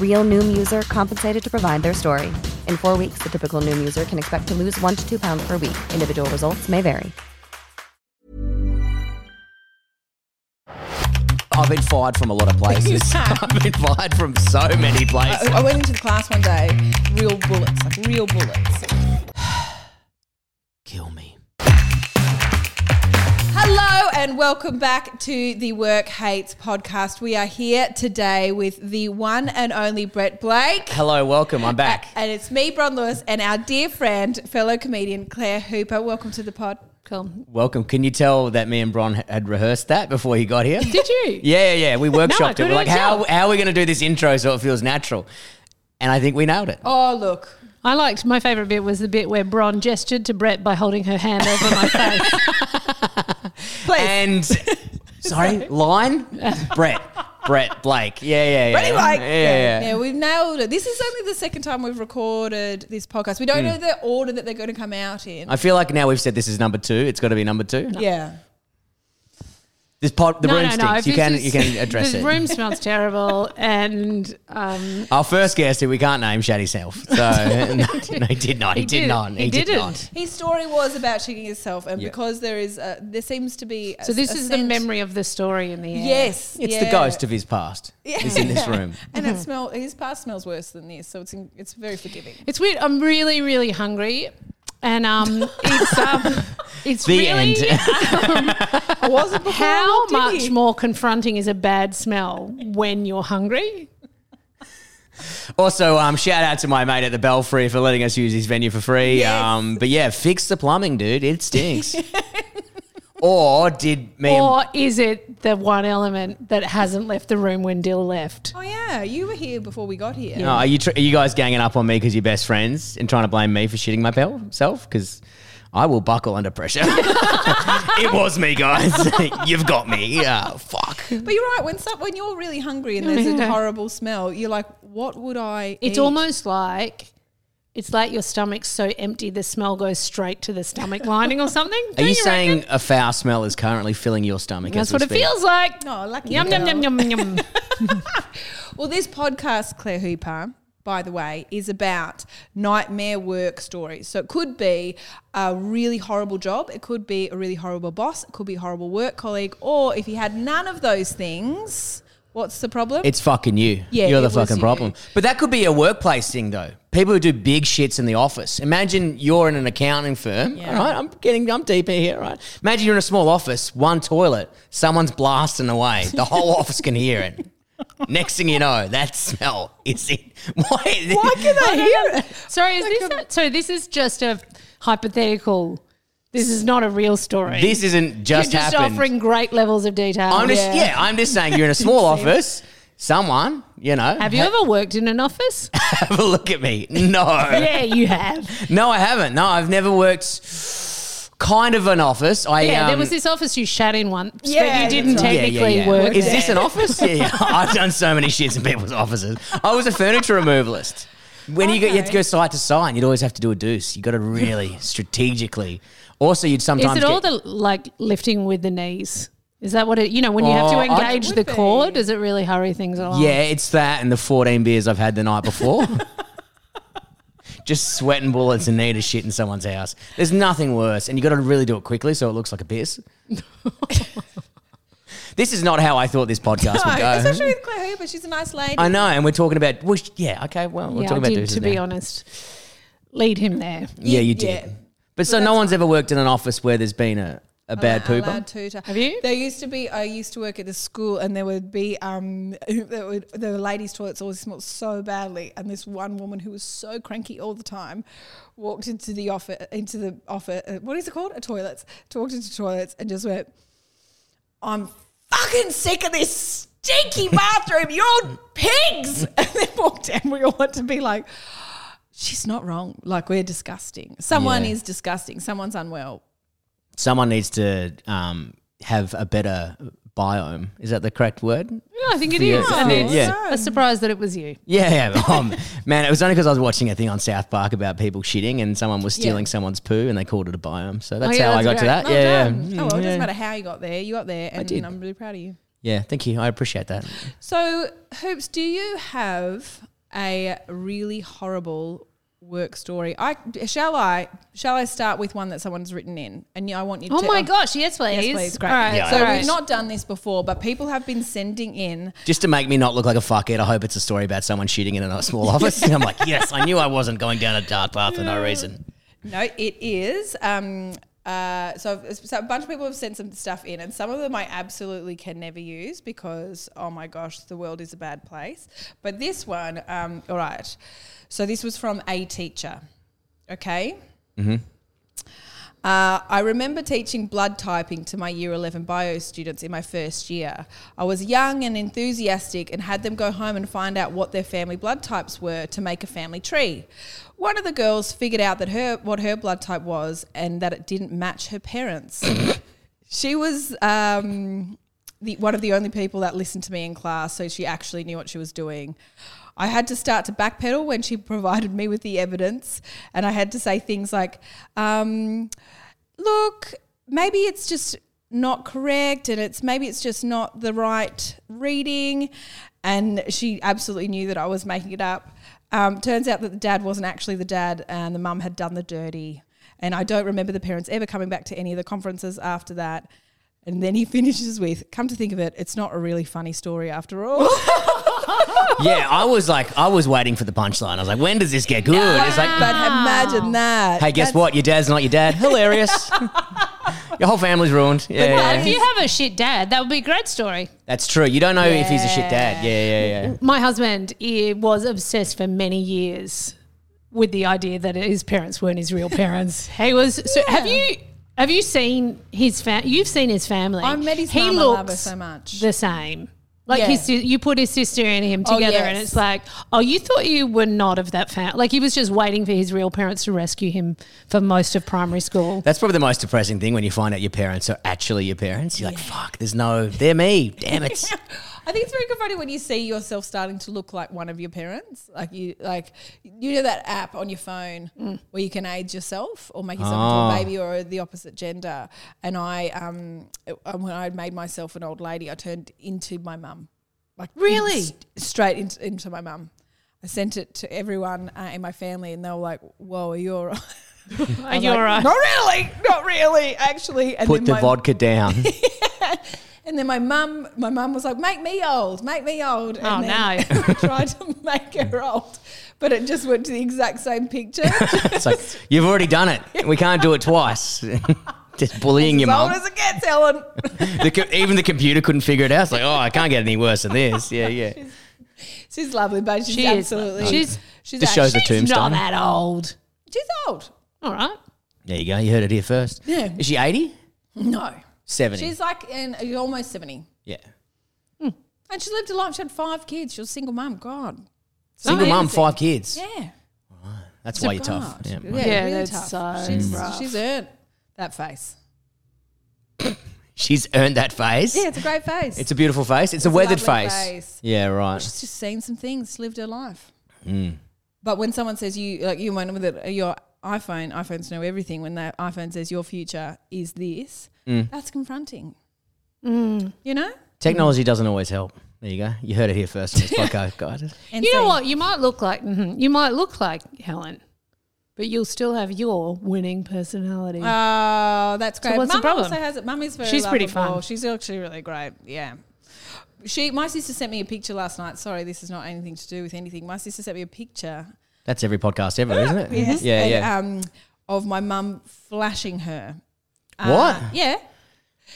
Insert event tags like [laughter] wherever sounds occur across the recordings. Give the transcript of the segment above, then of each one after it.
Real Noom user compensated to provide their story. In four weeks, the typical Noom user can expect to lose one to two pounds per week. Individual results may vary. I've been fired from a lot of places. [laughs] I've been fired from so many places. I, I went into the class one day, real bullets, like real bullets. Kill me. Hello and welcome back to the Work Hates podcast. We are here today with the one and only Brett Blake. Hello, welcome. I'm back. And it's me, Bron Lewis, and our dear friend, fellow comedian Claire Hooper. Welcome to the pod. Cool. Welcome. Can you tell that me and Bron had rehearsed that before you got here? Did you? Yeah, yeah, yeah. [laughs] We workshopped it. couldn't We're like, how, tell. how are we going to do this intro so it feels natural? And I think we nailed it. Oh, look. I liked my favorite bit was the bit where Bron gestured to Brett by holding her hand [laughs] over my face. Please. [laughs] And sorry, line? Brett. Brett Blake. Yeah, yeah, yeah. Pretty Blake. Yeah, yeah, yeah. we've nailed it. This is only the second time we've recorded this podcast. We don't know Hmm. the order that they're going to come out in. I feel like now we've said this is number two. It's got to be number two. yeah. This pod, the room stinks. if You this can, is- you can address the it. room smells terrible, and um, Our first guest, who we can't name, shat himself. So no, he did not. He, He did, did- not. He, he did didn't. not. His story was about shooting himself, and Yeah. because there is, a, there seems to be. A, so this a is the scent- memory of the story in the air. Yes, It's the yeah. ghost of his past. He's in this room. and Mm-hmm. it smell. His past smells worse than this, so it's in, it's very [laughs] forgiving. it's weird. I'm really, really hungry, and um, it's um, it's The really end. [laughs] I wasn't before. I [laughs] how walked in much here. more confronting is a bad smell when you're hungry. also, um, shout out to my mate at the Belfry for letting us use his venue for free. Yes. Um, but yeah, fix the plumbing, dude. It stinks. or did me? and- Or is it the one element that hasn't left the room when Dill left? Oh yeah, you were here before we got here. No, Oh, are you tr- are you guys ganging up on me because you're best friends and trying to blame me for shitting myself? Because I will buckle under pressure. [laughs] it was me, guys. [laughs] You've got me. Yeah, fuck. But you're right. When some, when you're really hungry and there's a horrible smell, you're like, "What would I?" It's eat? almost like it's like your stomach's so empty the smell goes straight to the stomach lining or something. Are Don't you, saying reckon? a foul smell is currently filling your stomach? that's as we what it speak? feels like? No, Oh, lucky Yum yum girl. yum yum yum. Well, this podcast, Claire Hooper, by the way, is about nightmare work stories. So it could be a really horrible job, it could be a really horrible boss, it could be a horrible work colleague, or if you had none of those things, what's the problem? It's fucking you. Yeah, You're the it was fucking you. problem. But that could be a workplace thing, though. People who do big shits in the office. Imagine you're in an accounting firm. All right, I'm getting, I'm deep in here, right? Imagine you're in a small office, one toilet, someone's blasting away. The whole [laughs] office can hear it. Next thing you know, that smell is it. [laughs] Why? Why can I hear it? Oh, Sorry, is this a, so? This is just a hypothetical. This is not a real story. This isn't You're just, just happened. offering great levels of detail. I'm just, yeah. I'm just saying [laughs] you're in a small office. Someone, you know, Have you ever worked in an office? have a look at me. No. yeah, you [laughs] have. No, I haven't. No, I've never worked kind of an office. I Yeah, there um, was this office you shat in once, Yeah, but you didn't that's right. technically work. [laughs] Is this an office? yeah, yeah. I've done so many shits in people's offices. I was a furniture removalist. When you, go, you have to Okay. go side to side, you'd always have to do a deuce. You got to [laughs] really strategically. Also, you'd sometimes Is it all get, the like lifting with the knees? Is that what it? You know, when you have Oh, to I- engage Would the be. core, does it really hurry things along? yeah, it's that and the fourteen beers I've had the night before. Just sweating bullets and need a shit in someone's house. There's nothing worse, and you got to really do it quickly so it looks like a piss. this is not how I thought this podcast would No, go. especially with Claire Hooper. She's a nice lady. I know, and we're talking about. Well, sh- yeah, okay, well, we're Yeah, talking I about did, deuces to be now. honest. Lead him there. Yeah, you did. Yeah. But so no one's ever worked in an office where there's been a, a bad pooper. Allowed tutor. Have you? There used to be. I used to work at a school, and there would be um, [laughs] there would, the ladies' toilets always smelled so badly, and this one woman who was so cranky all the time walked into the office, into the office. Uh, what is it called? A toilets. Walked into toilets and just went, "I'm fucking sick of this." [laughs] Stinky bathroom, you're pigs! [laughs] And then walked in. We all had to be like, she's not wrong. Like, we're disgusting. Someone Yeah. is disgusting. Someone's unwell. Someone needs to um, have a better biome. Is that the correct word? Yeah, I think it Yeah, is. yeah, and yeah. it's Yeah. a surprise that it was you. Yeah, [laughs] yeah. Um, man, it was only because I was watching a thing on South Park about people shitting and someone was stealing Yeah. Oh, someone's poo and they called it a biome. So that's yeah, how I got that's to great. that. Well yeah, done. yeah. Oh, well, it yeah. doesn't matter how you got there. You got there, and did. I'm really proud of you. Yeah, thank you. I appreciate that. So, Hoops, do you have a really horrible work story? I shall I shall I start with one that someone's written in, and I want you. Oh to, my gosh, Yes, yes, please. please. Great. All right. Yeah, so all right. we've not done this before, but people have been sending in. Just to make me not look like a fuckhead, I hope it's a story about someone shitting in a [laughs] small office. And I'm like, yes, I knew I wasn't going down a dark path for no reason. No, it is. Um, uh, so, I've- so a bunch of people have sent some stuff in, and some of them I absolutely can never use because oh my gosh, the world is a bad place. But this one, um, all right. So this was from a teacher. Okay. Uh, I remember teaching blood typing to my year 11 bio students in my first year. I was young and enthusiastic and had them go home and find out what their family blood types were to make a family tree. One of the girls figured out that her what her blood type was and that it didn't match her parents. [coughs] she was um, the, one of the only people that listened to me in class, so she actually knew what she was doing. I had to start to backpedal when she [laughs] provided me with the evidence, and I had to say things like, um, look, maybe it's just not correct and it's maybe it's just not the right reading. And she absolutely knew that I was making it up. Um, turns out that the dad wasn't actually the dad and the mum had done the dirty. And I don't remember the parents ever coming back to any of the conferences after that. And then he [laughs] finishes with, come to think of it, it's not a really funny story after all. [laughs] Yeah, I was like, I was waiting for the punchline. I was like, when does this get good? It's like, but imagine that. Hey, guess That's- what? Your dad's not your dad. Hilarious. [laughs] your whole family's ruined. Yeah, Well, yeah. if you have a shit dad, that would be a great story. that's true. You don't know if he's a shit dad. Yeah, yeah, yeah. My husband he was obsessed for many years with the idea that his parents weren't his [laughs] real parents. he was. So have you have you seen his family? You've seen his family. I met his he mum, I love her looks so much. the same. Like Yeah. his, si- you put his sister and him Oh, together, and yes. it's like, oh, you thought you were not of that family. Like he was just waiting for his real parents to rescue him for most of primary [laughs] school. That's probably the most depressing thing when you find out your parents are actually your parents. You're like, fuck, there's no, they're me. Damn [laughs] it. I think it's very confronting when you see yourself starting to look like one of your parents. Like you, like you know that app on your phone Mm. where you can age yourself or make yourself Ah. into a baby or the opposite gender. And I, um, it- uh, when I made myself an old lady, I turned into my mum. Like Really? s- straight into, into my mum. I sent it to everyone uh, in my family, and they were like, "Whoa, are you all right?" [laughs] Are you all right? Not really, not really, actually. And Put the my- vodka down. [laughs] And then my mum, my mum was like, "Make me old, make me old." And Oh, then no. I [laughs] tried to make her old, but it just went to the exact same picture. it's like, you've already done it. We can't do it twice. [laughs] Just bullying your as old mum. as it gets, Ellen. The co- even the computer couldn't figure it out. It's like, oh, I can't get any worse than this. Yeah, [laughs] yeah. She's lovely, but she's She is absolutely lovely. She's- she's Just shows the actually- She's not tombstone. that old. She's old. All right. There you go. You heard it here first. Yeah. Is she 80? No, 70. she's like in almost seventy, yeah. and she lived a life. She had five kids. She was a single mum. God, Single mum, amazing. five kids. yeah, That's why you're tough. God. Yeah. yeah, Yeah, really that's tough. so she's, rough. she's earned that face. She's earned that face. Yeah, it's a great face. It's a beautiful face. It's, a a weathered lovely face. face. Yeah, right. Hmm. she's just seen some things, lived her life. But when someone says you like you went with it, uh, your iPhone, iPhones know everything. When that iPhone says your future is this, Hmm. that's confronting. Hmm. You know. Technology doesn't always help. There you go. You heard it here first. [laughs] on this podcast, guys. And you know so- what? You might look like mhm, you might look like Helen, but you'll still have your winning personality. Oh, that's great. what's the Mum problem? also has it. Mummy's very She's pretty lovable. fun. She's actually really great. Yeah. She, my sister sent me a picture last night. Sorry, this is not anything to do with anything. My sister sent me a picture. That's every podcast ever, isn't it? Yes. Yeah, and, yeah. Um, of my mum flashing her. uh, what? Yeah.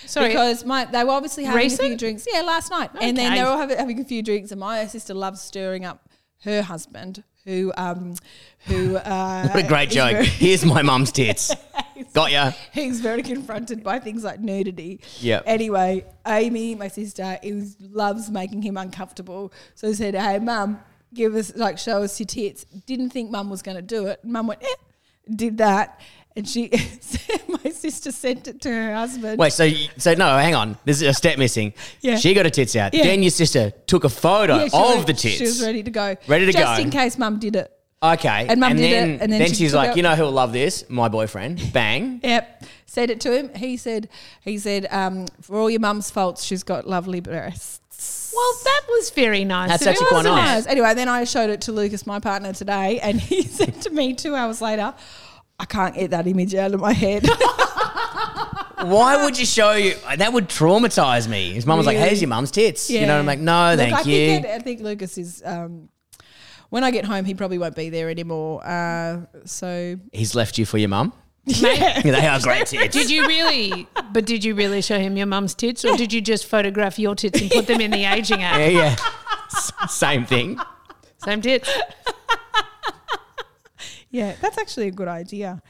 Sorry, Because my they were obviously having a few Recent? drinks. Yeah, last night. And then they Okay. were all having, having a few drinks, and my sister loves stirring up her husband, who um, [laughs] who uh, What a great is joke. very- [laughs] Here's my mum's tits. Got ya. He's very confronted by things like nudity. Yep. Anyway, Amy, my sister, is loves making him uncomfortable. So said, "Hey, mum, give us like show us your tits." Didn't think mum was going to do it. Mum went, eh, did that, and she, [laughs] my sister, sent it to her husband. Wait, so y- so no, hang on. There's a step missing. Yeah. She got her tits out. Yeah. Then your sister took a photo Yeah, she Uh, of was- the tits. She was ready to go. Ready to just go. in case mum did it. Okay. And Mum did then, it, and then she she's took like, out- you know who'll love this? My [laughs] boyfriend. Bang. Yep. Said it to him. He said, he said, um, for all your mum's faults, she's got lovely breasts. well, that was very nice. That's of actually you, quite wasn't nice. it? Yes. Anyway, then I showed it to Lucas, my partner, today, and [laughs] he said to me two hours later, I can't get that image out of my head. Why would you show you? That would traumatize me. His mum was like, Really? here's your mum's tits. [laughs] You know, Yeah. I'm like, no, Look, thank I you. Think it, I think Lucas is. Um, when I get home, he probably won't be there anymore. Uh, so He's left you for your mum. [laughs] they are great tits. Did you really? [laughs] But did you really show him your mum's tits, or did you just photograph your tits and put them in the aging app? [laughs] Yeah, yeah. S- Same thing. Same tits. yeah, that's actually a good idea.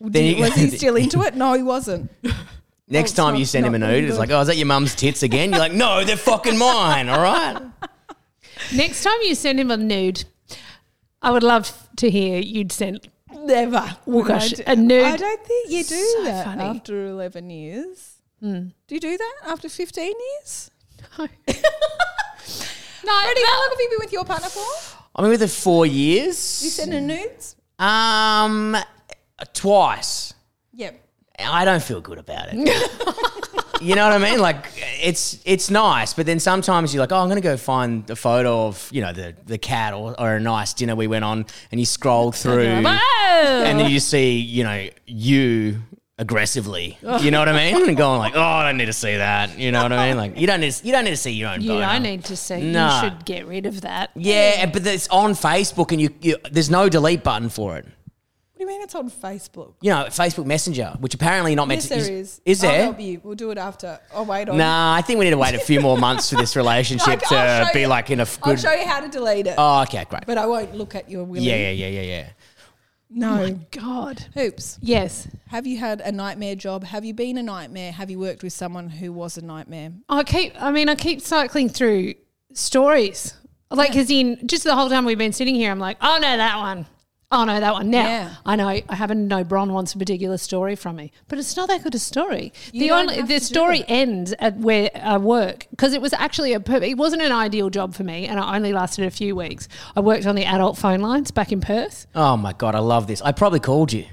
Then Did- you- was he [laughs] still into it? No, he wasn't. Next Oh, it's time not- you send him a not really nude, it's good. like, oh, is that your mum's tits again? You're like, no, they're fucking mine. All right. Next time you send him a nude, I would love to hear you'd send. [laughs] Never. Oh, gosh, I a nude. I don't think you do So that funny. after 11 years. Do you do that after 15 years? No. No. Brady, how long have you been with your partner for? I'm with her four years. You send her nudes? Um, twice. Yep. I don't feel good about [laughs] it. you know what I mean? Like it's it's nice, but then sometimes you're like, oh, I'm gonna go find a photo of you know the the cat or, or a nice dinner we went on, and you scroll through, and then you see you know you aggressively. You know what I mean? [laughs] And going like, oh, I don't need to see that. You know what I mean? Like you don't need to, you don't need to see your own. You photo. don't need to say. No. You should get rid of that. Yeah, and- but it's on Facebook, and you, you there's no delete button for it. What do you mean it's on Facebook? You know, Facebook Messenger, which apparently not meant Yes, to. there is. Oh, Is I'll there? help you. We'll do it after. Oh, wait. on. Nah, I think we need to wait a few more months for [laughs] this I'll- relationship I'll to show be you- like in a f- I'll good. show you how to delete it. Oh, okay, great. But I won't look at your willy. yeah, yeah, yeah, yeah, yeah. No. Oh God. Hoops. Yes. Have you had a nightmare job? Have you been a nightmare? Have you worked with someone who was a nightmare? I keep. I mean, I keep cycling through stories. Like, as in, just the whole time we've been sitting here, I'm like, oh no, that one. Oh no, that one. Now Yeah. I know. I happen to know Bron wants a particular story from me, but it's not that good a story. the don't only have the to do story it. ends at where I work because it was actually a per- it wasn't an ideal job for me, and I only lasted a few weeks. I worked on the adult phone lines back in Perth. Oh my god, I love this. I probably called you.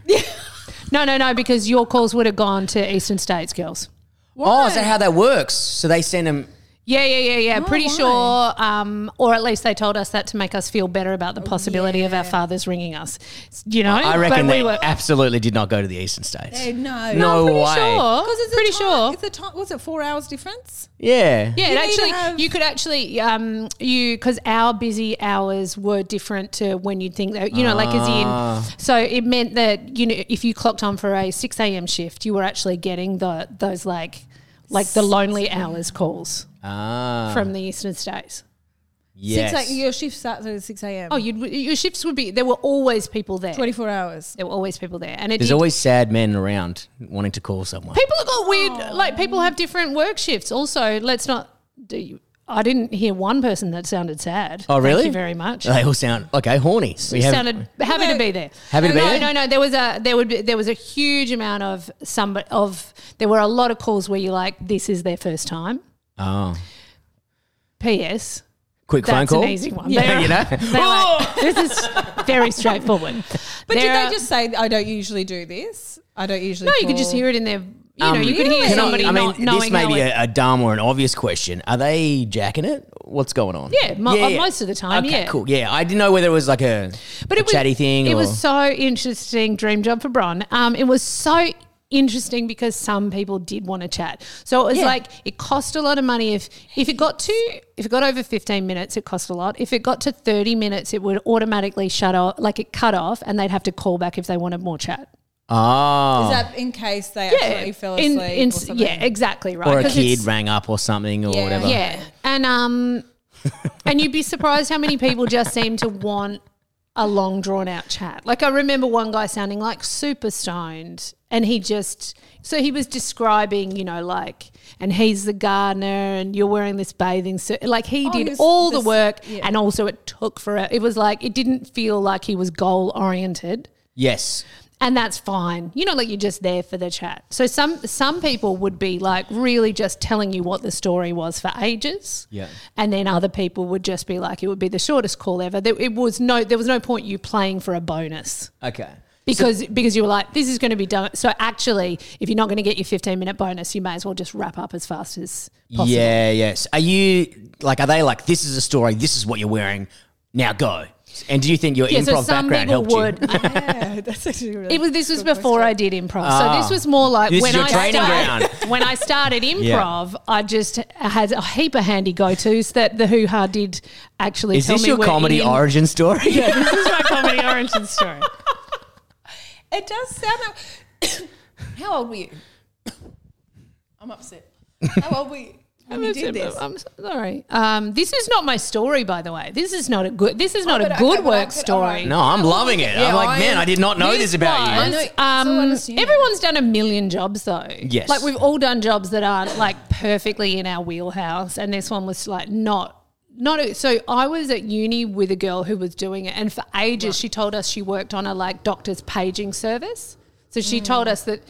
No, no, no, because your calls would have gone to Eastern States girls. Oh, is that how that works? So they send them. Yeah, yeah, yeah, yeah. Oh, Pretty why? Oh, sure, um, or at least they told us that to make us feel better about the possibility of our fathers ringing us. You know, I reckon But they absolutely did not go to the eastern states. Eh, no. No, pretty way. sure. Because it's a pretty time- sure. It's a time. Was it four hours difference? Yeah. Yeah, You it need to actually, have- you could actually, um, you because our busy hours were different to when you'd think that, you know, like Ah. as in, so it meant that you know if you clocked on for a six a.m. shift, you were actually getting the those like, like the lonely hours calls Ah. from the Eastern States. Yes. Six. A, your shift starts at six a.m. Oh, you'd, your shifts would be there were always people there. Twenty-four hours. There were always people there, and it There's did- always sad men around wanting to call someone. people have got weird. Like people have different work shifts. Also, let's not do. You, I didn't hear one person that sounded sad. Oh, really? Thank you very much. They all sound okay, horny. We have- sounded happy to be there. Happy to no, be no, there? No, no, there was a there would be, there was a huge amount of somebody of there were a lot of calls where you're like, this is their first time. Oh. P.S. Quick phone That's call. an easy one. Yeah, They're- you know. [laughs] they're [laughs] like, this is very straightforward. But did They're- they just say I don't usually do this? I don't usually. No, you could just hear it in their. You know, you could hear Um, Um, Can I- Really? somebody I mean, not knowing this may how be it- a, a dumb or an obvious question. Are they jacking it? What's going on? Yeah, mo- uh, most of the time, Okay, yeah. cool. Yeah, I didn't know whether it was like a, but a it was chatty thing. It or, was so interesting, dream job for Bron. Um, it was so interesting because some people did want to chat. So it was like it cost a lot of money if if it got to if it got over 15 minutes it cost a lot. If it got to 30 minutes it would automatically shut off like it cut off and they'd have to call back if they wanted more chat. oh, Is that in case they actually fell in- asleep? in- or something? yeah, exactly right. or a 'Cause it's- kid rang up or something or Yeah. whatever. Yeah, and um, and you'd be surprised how many people just seem to want a long, drawn out chat. Like I remember one guy sounding like super stoned, and he just so he was describing, you know, like, and he's the gardener, and you're wearing this bathing suit. Like he Oh, did he's all the this- work, and also it took for it. It was like it didn't feel like he was goal oriented Yes. and that's fine. You know, like you're just there for the chat. So some some people would be like really just telling you what the story was for ages. Yeah. And then other people would just be like, it would be the shortest call ever. There, it was no, there was no point you playing for a bonus Okay. because because you were like, this is going to be done. So actually, if you're not going to get your 15 minute bonus, you may as well just wrap up as fast as possible. Yeah. Yes. Are you like? Are they like? This is a story. This is what you're wearing. Now go. And do you think your Yeah, improv so some background people helped would. you? [laughs] Yeah, [laughs] that's actually really. It was. This was before I did improv, so this was more Ah. like This is when your I training started. ground. [laughs] When I [laughs] started improv, I just had a heap of handy go tos that the hoo ha did actually. Is tell this me your were comedy in. origin story? Yeah, [laughs] this is my comedy [laughs] origin story. It does sound. Like, [coughs] how old were you? [coughs] I'm upset. How old were you when you did this? I'm sorry. Um, this is not my story, by the way. This is not a good. This is not Oh, but a okay, good but I work could- story. [laughs] alright. No, I'm loving it. I'm Yeah, like, I man, am- I did not know this about I you. know, it's so Um, unassuming. everyone's done a million jobs though. Yes. Like we've all done jobs that aren't like perfectly in our wheelhouse, and this one was like not. Not a, so. I was at uni with a girl who was doing it, and for ages she told us she worked on a like doctor's paging service. So she told us that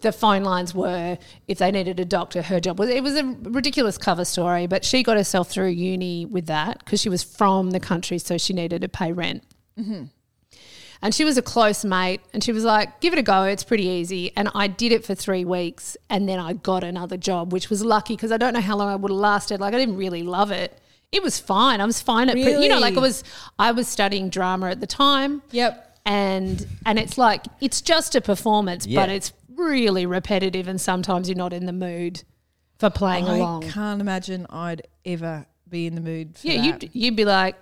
the phone lines were if they needed a doctor, her job was. It was a ridiculous cover story, but she got herself through uni with that because she was from the country, so she needed to pay rent. And she was a close mate, and she was like, "Give it a go. It's pretty easy." And I did it for three weeks, and then I got another job, which was lucky because I don't know how long I would have lasted. Like I didn't really love it. It was fine. I was fine at, pre- you know, like Really? I was. I was studying drama at the time. [laughs] Yep. And and it's like it's just a performance, Yeah. but it's really repetitive, and sometimes you're not in the mood for playing I along. can't imagine I'd ever be in the mood. For Yeah, that. you'd you'd [laughs] be like,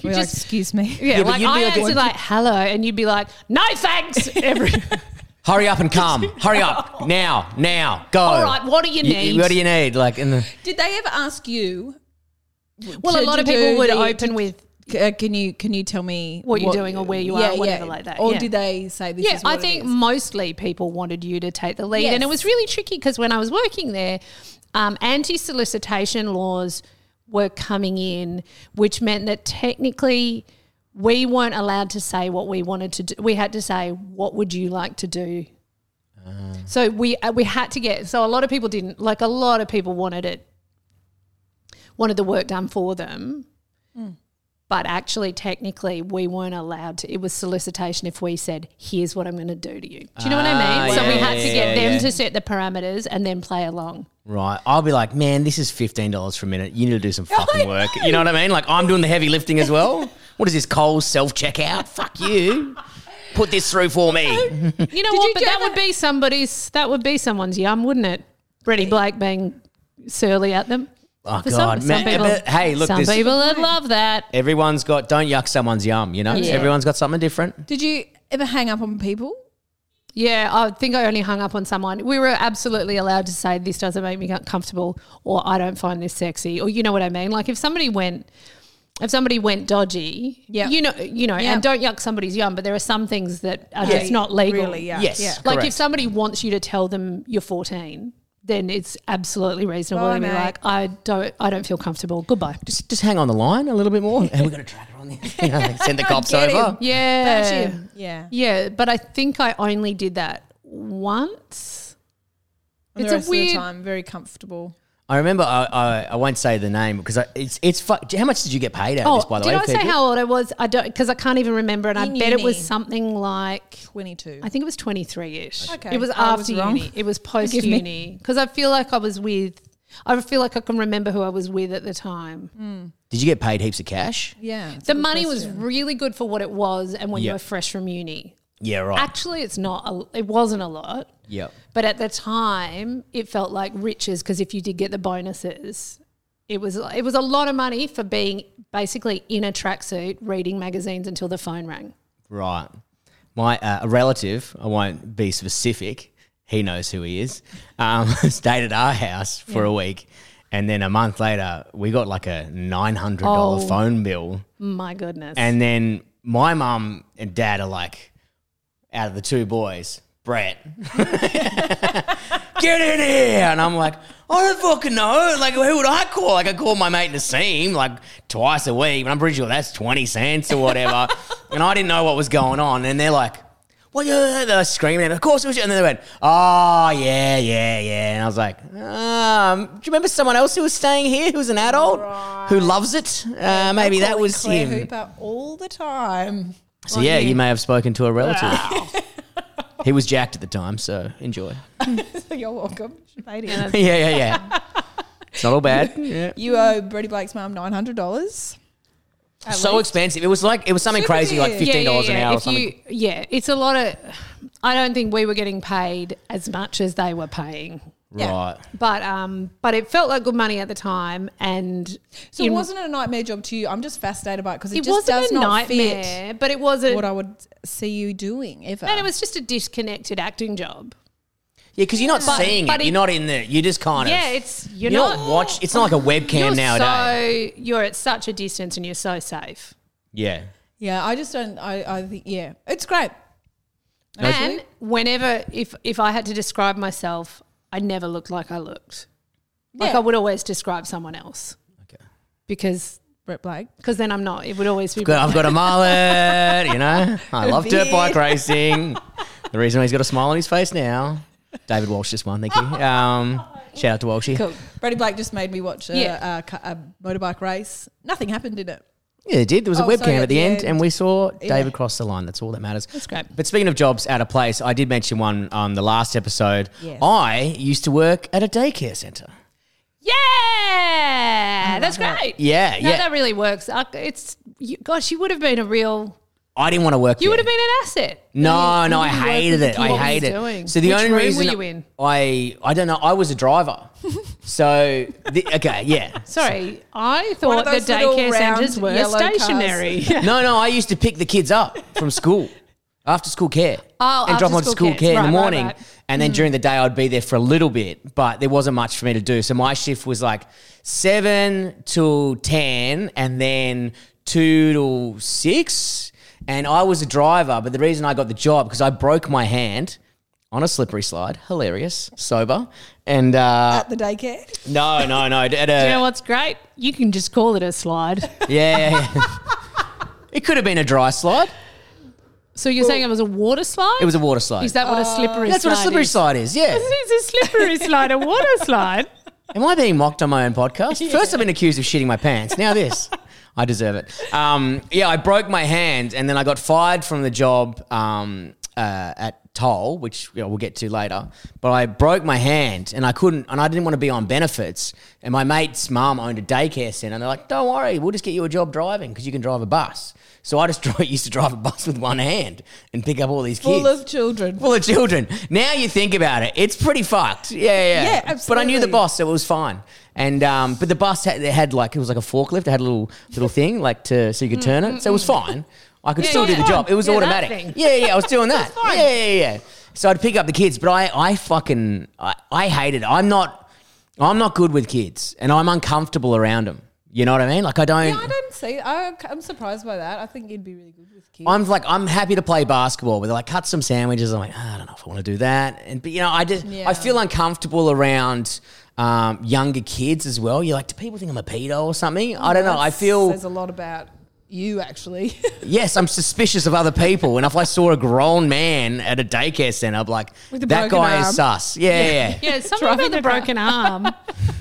Be like, excuse me. yeah, Yeah, but like you'd be I like a- answered like hello, and you'd be like, no thanks. Every Hurry up and [laughs] come. Hurry up now, now, go. All right, what do you need? what do you need? Like in the [laughs] Did they ever ask you? Well, a to- lot to of people do would the- open with. C- uh, can you can you tell me What you're doing or where you are, whatever like that, Or yeah. did they say this? Yeah, is I what it think is? mostly people wanted you to take the lead, and it Yes. was really tricky because when I was working there, um, anti solicitation laws were coming in, which meant that technically we weren't allowed to say what we wanted to do. We had to say, "What would you like to do?" So we uh, we had to get. So a lot of people didn't like. A lot of people wanted it, wanted the work done for them. Hmm. But actually, technically, we weren't allowed to. It was solicitation if we said, "Here's what I'm going to do to you." Do you know what I Ah, mean? so we yeah, had to yeah, get yeah, them yeah. to set the parameters and then [laughs] play along. right, I'll be like, man, this is fifteen dollars for a minute. You need to do [laughs] some fucking work. You know what I mean? Like I'm doing the heavy lifting as well. what is this Coles self checkout? Fuck you. Put this through for [laughs] me. You know Did what? you but do that that- would be somebody's. That would be someone's yum, wouldn't it? Freddie Blake being surly at them. Oh For god, some, man. some people, but hey, look, some this, people would love that. everyone's got don't yuck someone's yum. You know, Yeah. everyone's got something different. Did you ever hang up on people? Yeah, I think I only hung up on someone. We were absolutely allowed to say this doesn't make me comfortable, or I don't find this sexy, or you know what I mean. Like if somebody went, if somebody went dodgy, Yeah. you know, you know, Yeah. and don't yuck somebody's yum, but there are some things that are Yeah, just not legal. Really? Yeah. Yes. Yeah. Like Correct. if somebody wants you to tell them you're 14, then it's absolutely reasonable Bye, to be mate. like, I don't, I don't feel comfortable. Goodbye. Just, just hang on the line a little bit more. [laughs] Have we got a tracker on this? You know, like, send [laughs] the cops Get him. over. Yeah. Punch him. Yeah. Yeah, but I think I only did that once. And It's the a rest weird- of the time, very comfortable. I remember. I, I, I won't say the name because I, it's it's. Fu- how much did you get paid out of Oh, this? By the did way, I say people? how old I was? I don't because I can't even remember, and I In bet it was uni. something like 22. I think it was twenty three ish. Okay. it was I after was wrong. uni. It was post Forgive me. uni because I feel like I was with. I feel like I can remember who I was with at the time. Did you get paid heaps of cash? yeah. it's The a Mm, good money question. was really good for what it was, and when Yeah. you were fresh from uni. Yeah, right. Actually, it's not. A, it wasn't a lot, yeah. but at the time, it felt like riches because if you did get the bonuses, it was it was a lot of money for being basically in a tracksuit reading magazines until the phone rang. Right. My uh, a relative, I won't be specific. He knows who he is. Um, [laughs] stayed at our house for a week, and then a month later, we got like a nine hundred dollar Oh. phone bill. My goodness. And then my mum and dad are like, out of the two boys, Brett, [laughs] get in here. And I'm like, I don't fucking know. Like, who would I call? Like, I call my mate Nassim like twice a week, but I'm pretty sure that's 20 cents or whatever. and I didn't know what was going on. And they're like, what? you-" They're screaming. Of course it was. you." And then they went, oh, yeah, yeah, yeah. And I was like, um, do you remember someone else who was staying here who's an adult who loves it? Uh, maybe that Calling was Claire him. Hooper all the time. [laughs] So yeah, you may have spoken to a relative. [laughs] he was jacked at the time, so enjoy. [laughs] You're welcome. She paid yeah, [laughs] him. yeah, yeah. It's not all bad. Yeah. You owe Brady Blake's mum nine hundred dollars. So expensive. It was like it was something Super crazy, like dear. fifteen dollars an hour or If something. You, yeah, it's a lot of. I don't think we were getting paid as much as they were paying, Yeah. Right. but um, but it felt like good money at the time, and So it in- wasn't a nightmare job to you. I'm just fascinated by it because it, It just wasn't does a not nightmare, but it was fit a. what I would see you doing ever. and it was just a disconnected acting job. Yeah, because you're not But- seeing but it. it- You're not in there. You just kind of. yeah, it's you're, You're, not, watch. It's not like a you're webcam nowadays. So you're at such a distance, and you're so safe. yeah. yeah, I just don't. I, I think yeah, it's great. And whenever, if if I had to describe myself, I never looked like I looked. Like Yeah. I would always describe someone else. Okay. Because Brett Blake. because then I'm not. It would always be. Good. I've got a mullet. You [laughs] know. I love dirt bike racing. The reason why he's got a smile on his face now. David Walsh just won. [laughs] Thank you. Um, shout out to Walshy. Cool. [laughs] Brady Blake just made me watch a, Yeah. a, ca- a motorbike race. Nothing happened in it. Yeah, it did. There was a Oh, webcam sorry, at the end, and we saw Yeah. David cross the line. That's all that matters. That's great. But speaking of jobs out of place, I did mention one on the last episode. I used to work at a daycare centre. Yeah, that's great. Yeah, no, yeah. that really works. I- It's you, gosh, you would have been a real. I didn't want to work. You would there. have been an asset. No, You- no, you I would work hated with it. the I kids. What hated were it. you doing? So the Which only room reason were you in? I I don't know. I was a driver. [laughs] So the, okay, yeah. Sorry, I One of thought the those little daycare round centres were yellow cars. stationary. [laughs] No, no, I used to pick the kids up from school. After school care. Oh, and drop them after off to school school care. care in the Right, right, morning. right. Mm-hmm. And then during the day, I'd be there for a little bit, but there wasn't much for me to do. So my shift was like seven till 10, and then two till six. And I was a driver, but the reason I got the job because I broke my hand on a slippery slide. Hilarious, sober. And uh, At the daycare. no, no, no. [laughs] At a, You know what's great? You can just call it [laughs] a slide. Yeah. it could have been a dry slide, So you're saying it was a water slide? it was a water slide. Is that what a slippery? That's slide what a slippery Oh. is? [laughs] slide is, yeah. It's a [laughs] slippery slide, a water slide. Am I being mocked on my own podcast? First, I've been accused of shitting my pants. Now this, I deserve it. Um, yeah, I broke my hand, and then I got fired from the job um, uh, at Toll, which you know, we'll get to later. But I broke my hand, and I couldn't, and I didn't want to be on benefits. And my mate's mum owned a daycare centre, and they're like, "Don't worry, we'll just get you a job driving because you can drive a bus." So I just [laughs] dri used to drive a bus with one hand and pick up all these Full kids of children. full of children. Now you think about it, it's pretty fucked. Yeah, yeah, Yeah, But I knew the absolutely. boss, so it was fine. And um, but the bus had, it had like it was like a forklift. It had a little little thing like to so you could turn it, so it was fine. I could Yeah, still yeah. do the job. It was Yeah, that automatic. thing. Yeah, yeah, I was doing that. yeah, yeah, yeah. So I'd pick up the kids, but I, I fucking, I, I hated. it. I'm not, I'm not good with kids, and I'm uncomfortable around them. You know what I mean? Like I don't. Yeah, I don't see. I, I'm surprised by that. I think you'd be really good with kids. I'm like, I'm happy to play basketball, but they're like, cut some sandwiches. I'm like, "Ah, I don't know if I want to do that. And but you know, I just Yeah. I feel uncomfortable around um, younger kids as well. You're like, do people think I'm a pedo or something? I don't know. I feel says a lot about you actually. [laughs] yes, I'm suspicious of other people. And if I saw a grown man at a daycare center, I'm like, With a that broken guy arm." [laughs] is sus. Yeah, yeah. yeah. [laughs] Yeah, something about the broken arm.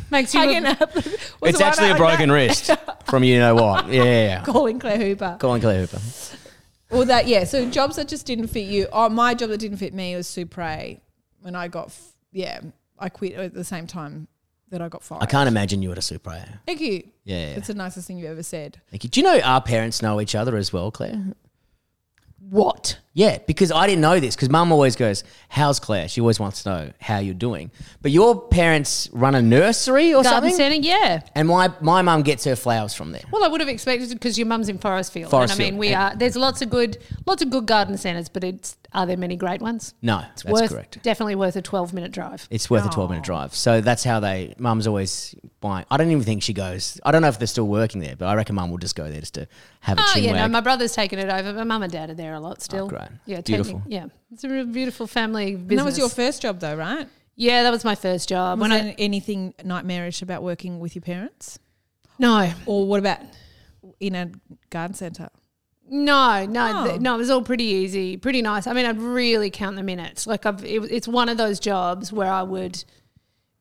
Makes you Hugging look- up. Was It's the one actually a out like broken that? [laughs] wrist from you know what. Yeah, yeah, yeah. Calling Claire Hooper. Go on, Claire Hooper. Or that, yeah. So jobs that just didn't fit you. Oh, my job that didn't fit me was Supre. When I got, f- yeah, I quit at the same time that I got fired. I can't imagine you at a super. Thank you. Yeah, yeah. It's the nicest thing you ever said. Thank you. Do you know our parents know each other as well, Claire? What? Yeah, because I didn't know this because mum always goes, How's Claire? She always wants to know how you're doing. But your parents run a nursery or Garden something? centre? Yeah. And my, my mum gets her flowers from there. Well, I would have expected because your mum's in Forestfield, Forest and I mean, Field, we yeah. are. There's lots of good, lots of good garden centres, but it's are there many great ones? No, it's that's worth, correct. Definitely worth a 12 minute drive. It's worth a 12 minute drive. So that's how they, mum's always buying. I don't even think she goes, I don't know if they're still working there, but I reckon mum will just go there just to have a Oh chin yeah, no, wag. my brother's taken it over, but mum and dad are there a lot still. Oh, great. Yeah, Beautiful. technic- Yeah, it's a real beautiful family business. And that was your first job, though, right? yeah, that was my first job. Was When there I anything nightmarish about working with your parents? no, Or what about in a garden centre? No, no, Oh. th- no. It was all pretty easy, pretty nice. I mean, I'd really count the minutes. Like, I've, it, it's one of those jobs where I would,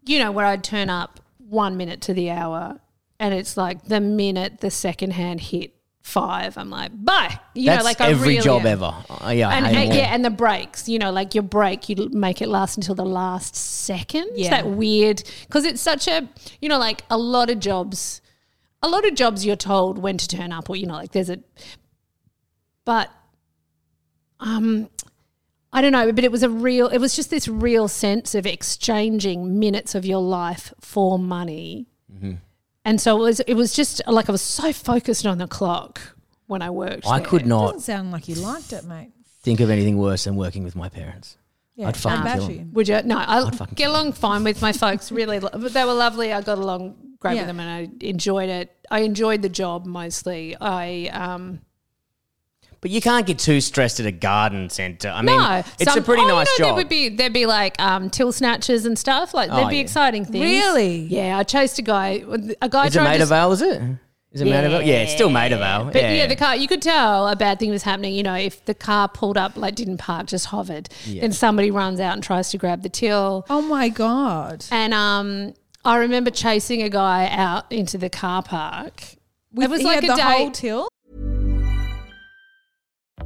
you know, where I'd turn up one minute to the hour, and it's like the minute the second hand hit five, I'm like, bye. You that's know, like I every really job am. ever. Uh, yeah, I And, hate them and- all. yeah, and the breaks, you know, like your break, you l- make it last until the last second. It's Yeah. That weird, because it's such a, you know, like a lot of jobs, a lot of jobs you're told when to turn up, or, you know, like there's a, but, um, I don't know, but it was a real, it was just this real sense of exchanging minutes of your life for money. Mm-hmm. And so it was, it was just like I was so focused on the clock when I worked. I there. could not Doesn't sound like you liked it, mate. think of anything worse than working with my parents. Yeah, I'd fucking I kill bet 'em. you. Would you? No, I fucking get along fine with my folks. Really, lo- but they were lovely. I got along great Yeah. with them, and I enjoyed it. I enjoyed the job mostly. I um, But you can't get too stressed at a garden centre. I mean, no, it's a some- pretty oh, nice no, job. There would be there'd be like um, till snatches and stuff. Like there'd Oh, be yeah. exciting things. Really? Yeah, I chased a guy. A guy is it tried made to of Vale, is it? Is it made of Vale? Yeah, it's still made of Vale. But yeah. the car, you could tell a bad thing was happening. You know, if the car pulled up, like didn't park, just hovered, then somebody runs out and tries to grab the till. Oh my God. And um, I remember chasing a guy out into the car park. it was He had like a the whole day. till.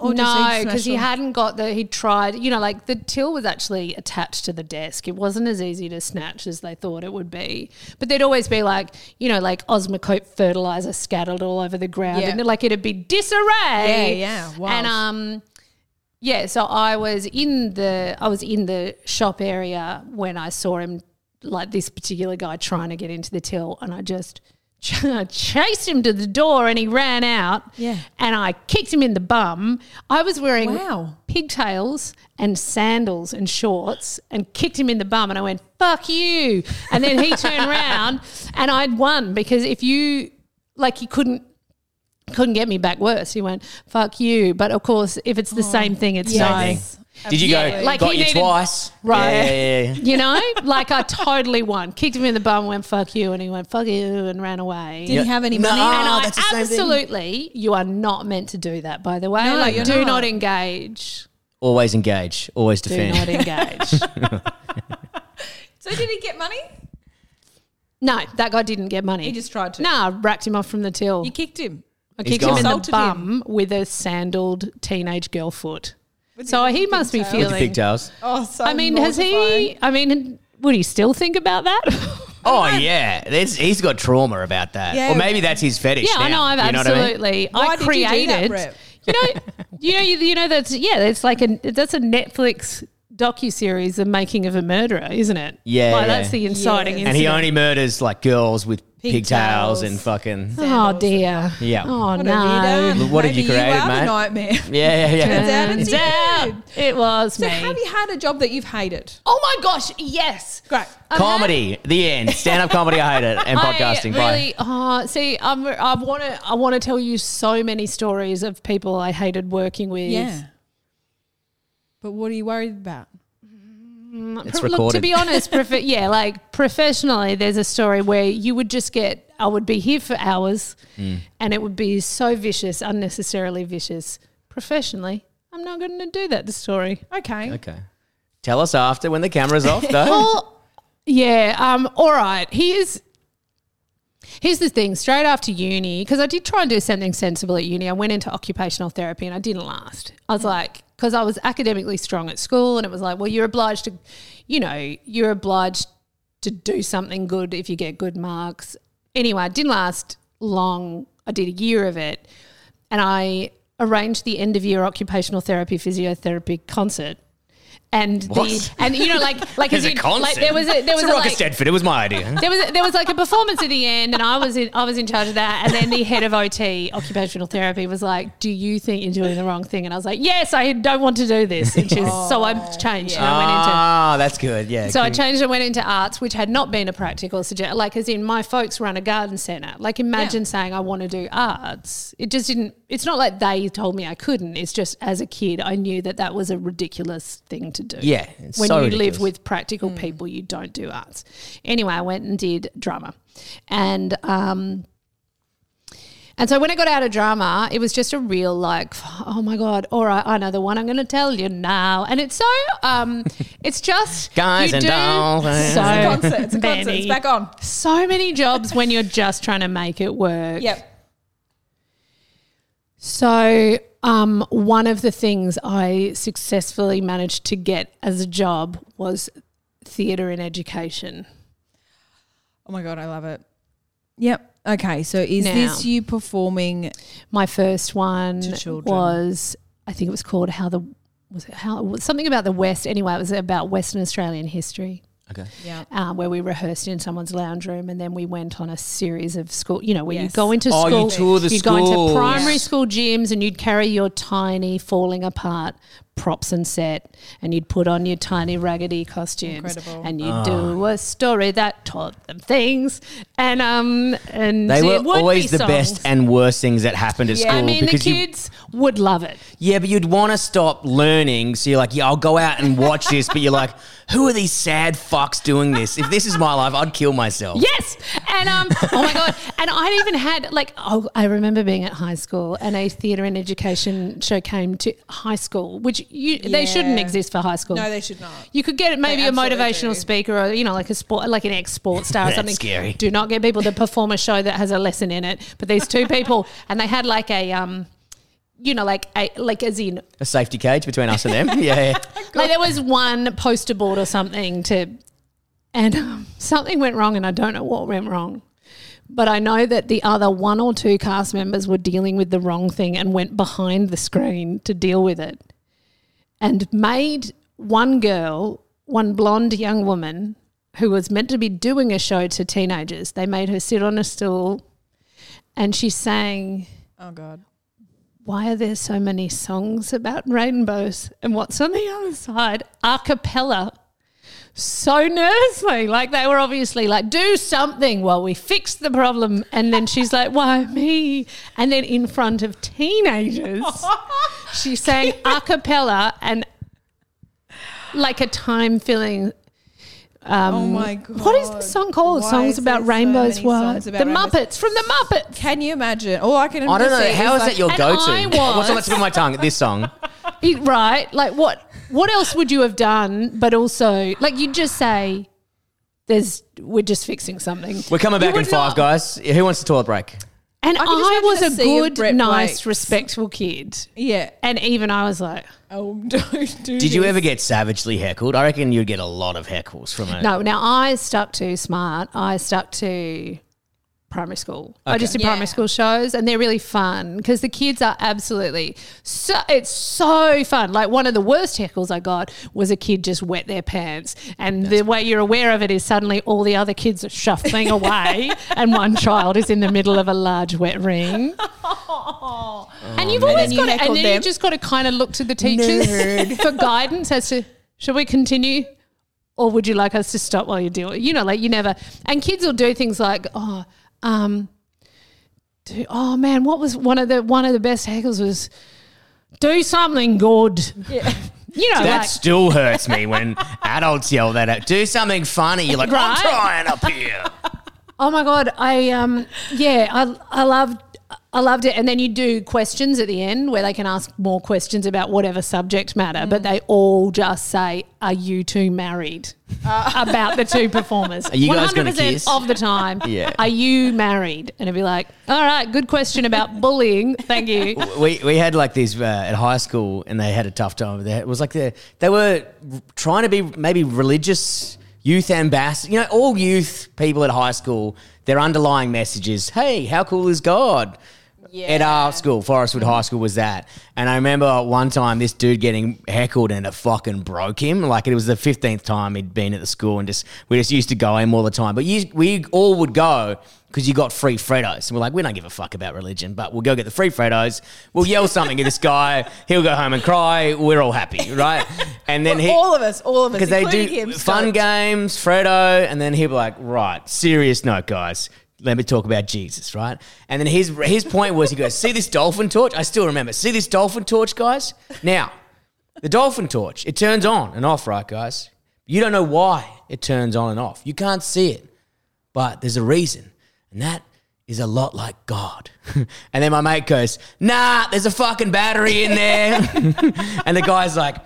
Or just no, because he international? hadn't got the. He tried, you know, like the till was actually attached to the desk. It wasn't as easy to snatch as they thought it would be. But there'd always be like, you know, like Osmocote fertilizer scattered all over the ground, Yeah. and like it'd be disarray. Yeah, yeah, wild. And um, yeah. So I was in the I was in the shop area when I saw him, like this particular guy trying to get into the till, and I just. [laughs] Chased him to the door and he ran out. Yeah. And I kicked him in the bum. I was wearing Wow. pigtails and sandals and shorts and kicked him in the bum and I went, fuck you. And then he turned [laughs] around and I'd won because if you like he couldn't couldn't get me back worse. He went, fuck you. But of course if it's the same thing it's no. Oh, Yes. Did you Yeah, go, like got he you needed- twice? Right. Yeah, yeah, [laughs] yeah. You know? Like I totally won. Kicked him in the bum, went, fuck you, and he went, fuck you, and ran away. Did he have any No. money? And Oh, I that's the same thing. absolutely you are not meant to do that, by the way. No, like you're do not. not engage. Always engage. Always Do defend. [laughs] not engage. So did he get money? No, that guy didn't get money. He just tried to. Nah, I racked him off from the till. You kicked him. I He's kicked him in the Assaulted bum with a sandaled teenage girl foot. so he must be With the feeling. pigtails. Oh, so I mean, has he? I mean, would he still think about that? [laughs] Oh, yeah. There's, he's got trauma about that. Yeah. Or maybe that's his fetish yeah, I know. now. I've You know what I mean? absolutely. I, Why did you do that, created. Brett? [laughs] you know, you know, you, you know that's yeah. It's like a that's a Netflix docu series, The Making of a Murderer, isn't it? Yeah, like yeah. that's the inciting Yes. incident. And he only murders like girls with pigtails Pigtails. and fucking. [laughs] Oh dear. Yeah. Oh What a no. weirdo. Look, what have you Maybe created, are mate? A [laughs] nightmare. Yeah, yeah, Turns yeah. out it's, It's you. out. It was So me. have you had a job that you've hated? oh my gosh! Yes. Great. I've comedy, the end. Stand up comedy, I hate it. And podcasting, [laughs] I bye. really, oh, see, I'm, I want to. I want to tell you so many stories of people I hated working with. But what are you worried about? It's Pro- Mm, Look, to recorded. be [laughs] honest, prof- yeah, like professionally, there's a story where you would just get, I would be here for hours Mm. and it would be so vicious, unnecessarily vicious. Professionally, I'm not going to do that, the story. Okay. Okay. Tell us after when the camera's off, [laughs] though. Well, yeah, um, all right. Here's, here's the thing straight after uni, because I did try and do something sensible at uni, I went into occupational therapy and I didn't last. I was like, because I was academically strong at school and it was like, well, you're obliged to, you know, you're obliged to do something good if you get good marks. Anyway, it didn't last long. I did a year of it and I arranged the end of year occupational therapy physiotherapy concert. And the What? and you know like like There's as a in- concert. like there was a there was it's a, a Rocket like, Stedford. It was my [laughs] idea. there was there was like a performance at the end, and I was in I was in charge of that. And then the head of OT occupational therapy was like, "Do you think you're doing the wrong thing?" And I was like, "Yes, I don't want to do this." And she was, so I [laughs] changed. And I went into Oh. Ah, that's good. Yeah. so I Can- changed and went into arts, which had not been a practical suggestion. Like, as in, my folks run a garden centre. Like, imagine saying I want to do arts. It just didn't. It's not like they told me I couldn't. It's just as a kid, I knew that that was a ridiculous thing to do. Yeah, it's when so you ridiculous. Hmm. live with practical people, you don't do arts. Anyway, I went and did drama, and um, and so when I got out of drama, it was just a real like, oh my god, all right, I know the one I'm going to tell you now, and it's so, [laughs] um, it's just Guys you and do dolls. It's so a concert, it's a concert, it's many- back on. So many jobs when you're just trying to make it work. Yep. So, um, one of the things I successfully managed to get as a job was theatre in education. Oh my god, I love it. Yep. Okay. So is Now. this you performing? My first one To children. was, I think it was called How the was it how was something about the West. Anyway, it was about Western Australian history. Okay. Yeah. Um, where we rehearsed in someone's lounge room, and then we went on a series of school. You know, where Yes. you go into Oh, you school, tour the would go schools. into primary Yeah. school gyms, and you'd carry your tiny, falling apart props and set, and you'd put on your tiny, raggedy costumes, Incredible. and Ah. you'd do a story that taught them things, and um, and They it were would be always the best songs. and worst things that happened at school I mean, the because you kids would love it. Yeah, but you'd want to stop learning. So you're like, yeah, I'll go out and watch this. But you're like, who are these sad fucks doing this? If this is my life, I'd kill myself. Yes. [laughs] And um, oh my god. And I even had like oh, I remember being at high school and a theatre and education show came to high school, which you they shouldn't Yeah. exist for high school. No, they should not. You could get it maybe a absolutely do. motivational speaker or you know like a sport like an ex sport star or That's something. scary. Do not get people to perform a show that has a lesson in it. But these [laughs] two people and they had like a um. You know, like a, like as in, A safety cage between us and [laughs] them. Yeah. yeah. like there was one poster board or something to, and um, something went wrong, and I don't know what went wrong. But I know that the other one or two cast members were dealing with the wrong thing and went behind the screen to deal with it and made one girl, one blonde young woman who was meant to be doing a show to teenagers, they made her sit on a stool and she sang, Oh god. Why are there so many songs about rainbows and what's on the other side? A cappella. So nervously, like they were obviously like, do something while we fix the problem. And then she's like, why me? And then in front of [laughs] teenagers, she sang a cappella and like a time filling. Um, Oh my god. What is the song called? Why songs is about there so rainbows. many what? songs about the rainbows? Muppets from the Muppets. Can you imagine? All I can. I don't know. see How is that your and go I to? What's on the was- tip of my tongue? This song. It- right? Like what? What else would you have done? But also, like you'd just say, "There's we're just fixing something." We're coming You back in would five, not- guys. Who wants a toilet break? And I, can just imagine a was a sea of Brett good, nice, Blakes. respectful kid, Yeah. and even I was like, Oh, [laughs] don't do. Did you this. ever get savagely heckled? I reckon you'd get a lot of heckles from it. "No." Now I stuck to smart. I stuck to primary school. I just did Yeah. primary school shows, and they're really fun because the kids are absolutely so. It's so fun. Like one of the worst heckles I got was a kid just wet their pants, and the way you're aware of it is suddenly all the other kids are shuffling away, and one child is in the middle of a large wet ring. and you've always And you got to, heckled and then them. you just got to kind of look to the teachers [laughs] for guidance as to should we continue or would you like us to stop while you do it? You know, like you never. And kids will do things like, oh, um, do, oh man, what was one of the one of the best heckles was, do something good. Yeah. you know, That like, still hurts me when adults yell that out. Do something funny. You're like, Right? I'm trying up [laughs] here. oh my god, I um, yeah, I I loved. I loved it. And then you do questions at the end where they can ask more questions about whatever subject matter, Mm. but they all just say, Are you two married? [laughs] about the two performers. Uh. Are you guys gonna 100% kiss? of the time. [laughs] Yeah. Are you married? And it'd be like, All right, good question about bullying. [laughs] Thank you. we, we had like these uh, at high school and they had a tough time with it. It was like they, they were trying to be maybe religious youth ambassadors. You know, all youth people at high school, their underlying message is, hey, how cool is God? At our school, Forestwood High School was that. And I remember one time this dude getting heckled and it fucking broke him. Like it was the 15th time he'd been at the school and just, we just used to go him all the time. But you, we all would go because you got free Freddos. And we're like, we don't give a fuck about religion, but we'll go get the free Freddos. We'll yell something at this guy. He'll go home and cry. We're all happy, right? And then he. all of us, all of us, Because they do including him, fun stoked. games, Fredo, and then he'll be like, right, serious note, guys. Let me talk about Jesus, right? And then his his point was he goes, see this dolphin torch? I still remember. See this dolphin torch, guys? Now, the dolphin torch, it turns on and off, right, guys? You don't know why it turns on and off. You can't see it. But there's a reason. And that is a lot like God. [laughs] and then my mate goes, nah, there's a fucking battery in there. [laughs] and the guy's like,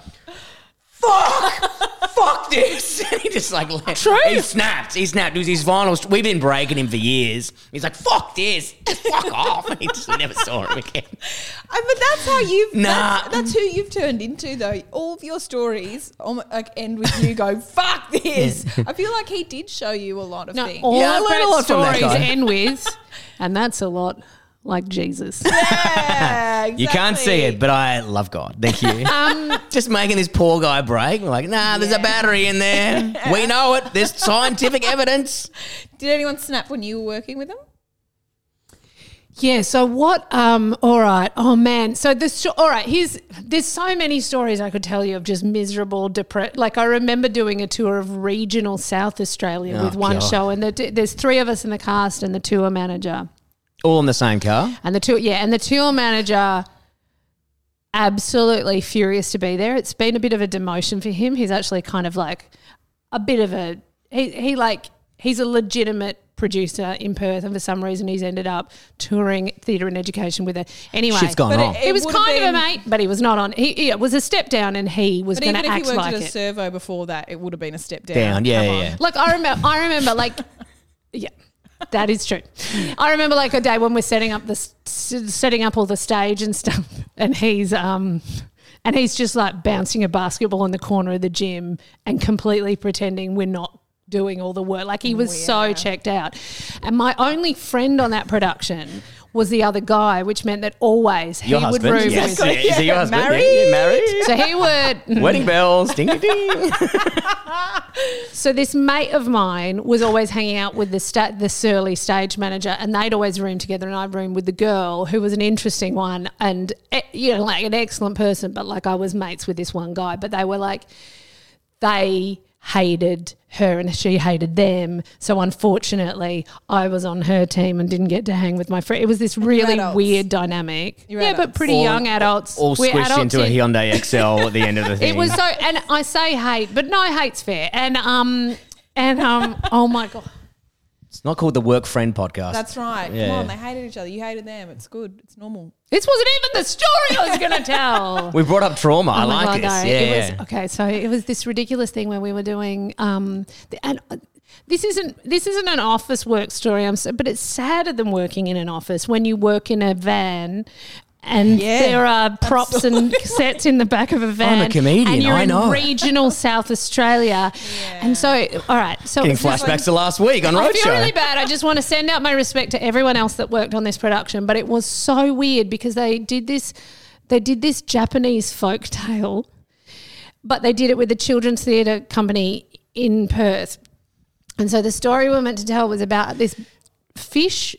fuck, fuck this. [laughs] And he just like, True. he snapped. He snapped. It was his vinyl. We've been breaking him for years. He's like, fuck this. Just fuck off. [laughs] And he just never saw him again. Uh, but that's how you've. Nah. That's, that's who you've turned into, though. All of your stories almo- like end with you go, [laughs] "Fuck this." I feel like he did show you a lot of No, things. all Yeah, I our learned a great lot from that stories guy. end with, and that's a lot [laughs] like Jesus. Yeah, You can't see it, exactly. but I love God. Thank [laughs] you. Um, just making this poor guy break. Like, nah, there's a battery in there. [laughs] We know it. There's scientific evidence. Did anyone snap when you were working with him? Yeah. So what? Um. All right. Oh man. So the sto- all right. Here's there's so many stories I could tell you of just miserable, depressed. Like I remember doing a tour of regional South Australia Oh, with one God. show, and the, there's three of us in the cast and the tour manager. All in the same car. And the tour, yeah, and the tour manager absolutely furious to be there. It's been a bit of a demotion for him. He's actually kind of like a bit of a he he like he's a legitimate producer in Perth and for some reason he's ended up touring theatre and education with her. Anyway. Shit's gone But wrong. it- It, was would've kind of a been- mate, but he was not on. He, he- it was a step down, and he was But going even to if he act worked like at a it. servo before that, it would have been a step down. Down. Yeah, Come yeah, on. yeah. Like I remember, I remember, like, yeah, that is true. I remember like a day when we're setting up the s- setting up all the stage and stuff, [laughs] and he's um, and he's just like bouncing a basketball in the corner of the gym and completely pretending we're not doing all the work. Like he was so checked out, and my only friend on that production. Was the other guy, which meant that always he would room Yes. with. Is it your husband? Married. Yeah, yeah, married. So he [laughs] would Wedding bells, ding ding [laughs] ding. So this mate of mine was always hanging out with the sta- the surly stage manager, and they'd always room together, and I'd room with the girl who was an interesting one, and eh, you know, like an excellent person, but like I was mates with this one guy, but they were like they hated her and she hated them. So unfortunately, I was on her team and didn't get to hang with my friend. It was this really adults. weird dynamic. You're yeah, but adults. pretty young adults. All We're squished adults into a in- Hyundai XL at the end of the thing. [laughs] it was so, and I say hate, but no, hate's fair. And um, and um, oh my god, it's not called the Work Friend podcast. That's right. Yeah. Come on, they hated each other. You hated them. It's good. It's normal. this wasn't even the story I was gonna [laughs] tell. we brought up trauma. I Oh my like this. God, no. Yeah. It [laughs] was, okay, so it was this ridiculous thing when we were doing um, the, and uh, this isn't this isn't an office work story. I'm so, but it's sadder than working in an office when you work in a van. and Yeah, there are props and sets in the back of a van. comedian, And you're I know. in regional South Australia. And so, all right. So Getting it's just flashbacks like- to last week on I feel really Roadshow. bad. I just want to send out my respect to everyone else that worked on this production, but it was so weird because they did this they did this Japanese folk [laughs] tale, but they did it with the children's theatre company in Perth. And so the story we were meant to tell was about this fish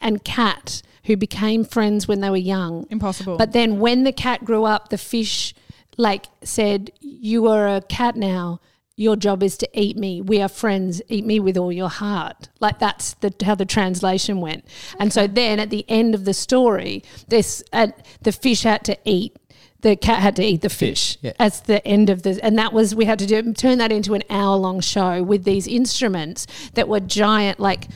and cat who became friends when they were young. Impossible. But then when the cat grew up, the fish like said, "You are a cat now. Your job is to eat me. We are friends. Eat me with all your heart." Like that's the how the translation went. And so then at the end of the story, this uh, the fish had to eat the cat had to eat the fish. yeah. That's the end of this, and that was we had to do turn that into an hour long show with these instruments that were giant, like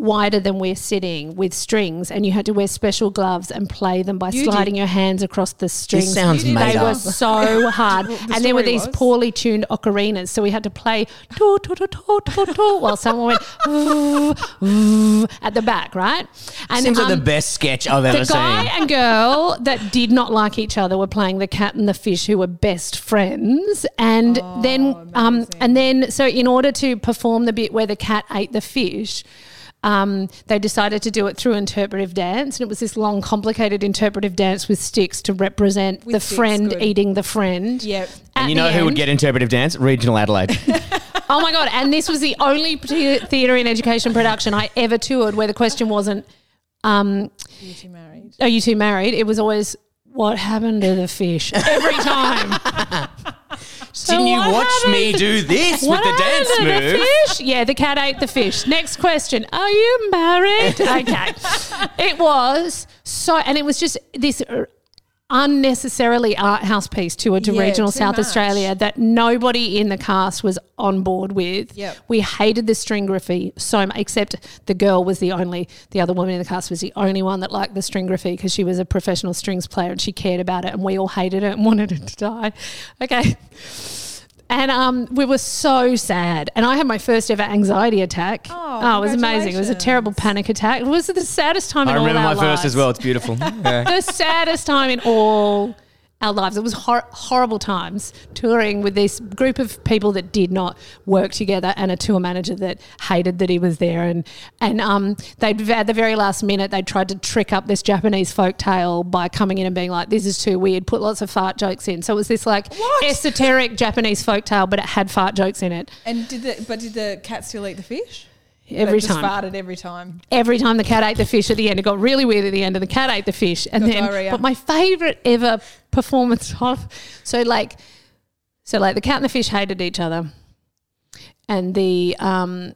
wider than we're sitting, with strings, and you had to wear special gloves and play them by You sliding did. your hands across the strings. sounds You did made They were up. [laughs] so hard, The and there were story these was. poorly tuned ocarinas, so we had to play to to to to to to while someone went [laughs] ooh, ooh, at the back, right? And Seems like um, the best sketch I've ever the guy seen. and girl that did not like each other were playing the cat and the fish, who were best friends. And Oh, then, um, and then, so in order to perform the bit where the cat ate the fish. Um, they decided to do it through interpretive dance, and it was this long, complicated interpretive dance with sticks to represent the sticks, friend good. eating the friend. Yep. And you know who would get interpretive dance? Regional Adelaide. Oh my god! And this was the only te- theatre in education production I ever toured where the question wasn't, um, She married. are you two married? It was always what happened to the fish every [laughs] time. So Didn't you what watch me happened- do [laughs] this with what the dance happened to move? The fish? Yeah, the cat ate the fish. Next question: Are you married? Okay, it was so, and it was just this. uh, Unnecessarily art house piece tour to Yeah, regional too South much. Australia that nobody in the cast was on board with. Yep. We hated the stringography so much, except the girl was the only, the other woman in the cast was the only one that liked the stringography because she was a professional strings player and she cared about it and we all hated it and [laughs] wanted it to die. Okay. And um, we were so sad. And I had my first ever anxiety attack. Oh, it was amazing. It was a terrible panic attack. It was the saddest time I in all remember our my first as lives. well. It's [laughs] beautiful. Yeah. the saddest time in all our lives. It was hor- horrible times touring with this group of people that did not work together and a tour manager that hated that he was there. And and um, they'd at the very last minute they tried to trick up this Japanese folk tale by coming in and being like, "This is too weird." Put lots of fart jokes in. So it was this like What? esoteric Japanese folk tale, but it had fart jokes in it And did the but did the cat still eat the fish? every They time. Just farted every time. every time the cat ate the fish at the end, it got really weird at the end, and the cat ate the fish. And Got then, diarrhea. but my favorite ever performance [laughs] of so like so like the cat and the fish hated each other, and the um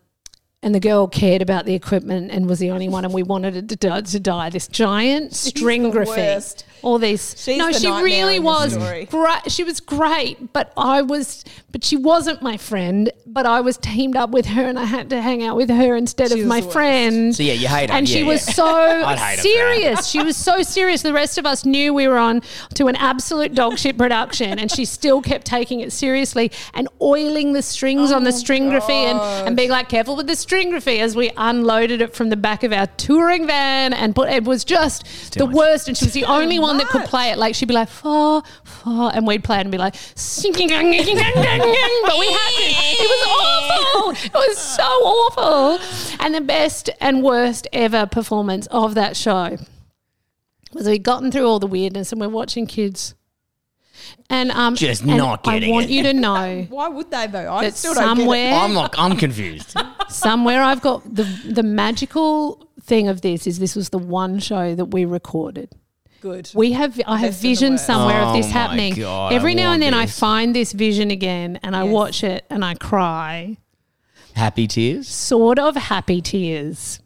and the girl cared about the equipment and was the only one, and we wanted it to die. To die. This giant stringography, worst. all these. She's no, the she nightmare really in this was. story. Great. She was great, but I was, but she wasn't my friend. But I was teamed up with her, and I had to hang out with her instead was of my the worst. friend. So yeah, you hate her. And she Yeah, was yeah. [laughs] I'd hate her so for serious. She was so serious. The rest of us knew we were on to an absolute dog shit production, and she still kept taking it seriously and oiling the strings on the stringography and, and being like, careful with the stringography as we unloaded it from the back of our touring van. And put, it was just the worst. And she was the only one that could play it. Like, she'd be like, fa, fa, and we'd play it and be like, sinking, but we had to. It was awful. It was so awful. And the best and worst ever performance of that show was we'd gotten through all the weirdness and we're watching kids. And um Just and not getting I want it. you [laughs] to know Why would they though? I that still don't get it. somewhere I'm like, I'm confused. somewhere I've got the the magical thing of this is this was the one show that we recorded. Good. We have I Best have and the vision worst. somewhere Oh of this my happening. God, Every I now want and then I this. find this vision again and I Yes. watch it and I cry Happy tears. sort of happy tears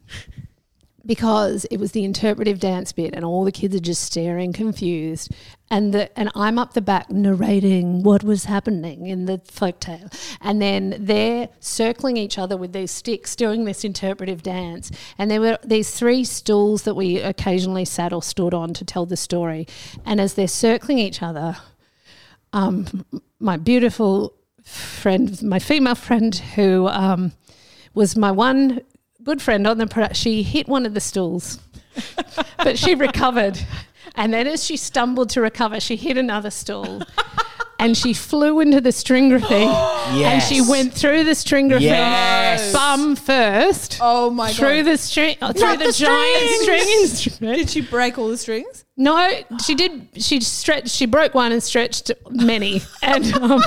because it was the interpretive dance bit and all the kids are just staring confused and the and I'm up the back narrating what was happening in the folktale and then they're circling each other with these sticks doing this interpretive dance and there were these three stools that we occasionally sat or stood on to tell the story and as they're circling each other um, my beautiful friend, my female friend, who um, was my one [laughs] good friend on the product, she hit one of the stools, but she recovered. And then as she stumbled to recover, she hit [laughs] another stool. And she flew into the stringer [gasps] thing, and [laughs] she Yes. went through the stringer Yes. thing, bum first. Oh my Through God. the string, oh, through Not the, the giant string strings. instrument. Did she break all the strings? No, she did. She stretched. She broke one and stretched many, and um,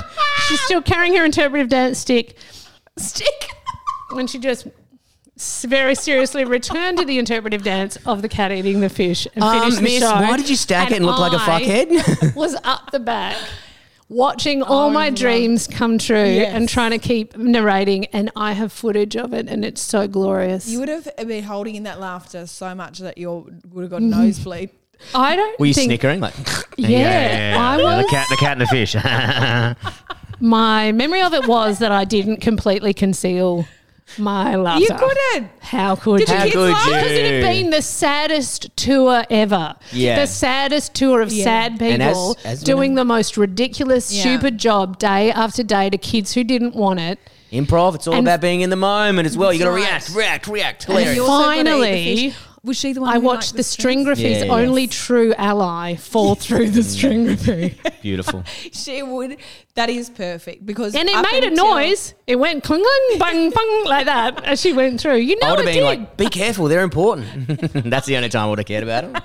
she's still carrying her interpretive dance stick. Stick. When she just s- very seriously returned to the interpretive dance of the cat eating the fish and Um, finished the miss, show. why did you stack it and look like a I fuckhead? Oh, was up the back. Watching all my dreams come true and Yes. trying to keep narrating, and I have footage of it, and it's so glorious. You would have been holding in that laughter so much that you would have got a nosebleed. [laughs] I [laughs] don't. Were you think snickering? Like, [laughs] Yeah, I The was. cat, the cat and the fish. My memory of it was that I didn't completely conceal my laughter. You couldn't. How could Did you? your kids could laugh? you? Because it had been the saddest tour ever. Yeah. The saddest tour of Yeah. sad And as- people as doing women- the most ridiculous, Yeah. stupid job day after day to kids who didn't want it. [laughs] improv. It's all And- about being in the moment as well. You got to Right. react, react, react. And Hilarious. you also got to eat the finally, fish. Was she the one? I who watched liked the stringraphy's Yeah, yeah. only true [laughs] ally fall through the stringraphy. [laughs] Beautiful. She would. That is perfect because And it up made a until- noise. It went cling, cling, bang, bang, like that as she went through. You know, I would it have been did. like, be careful, they're important. [laughs] That's the only time I would have cared about it.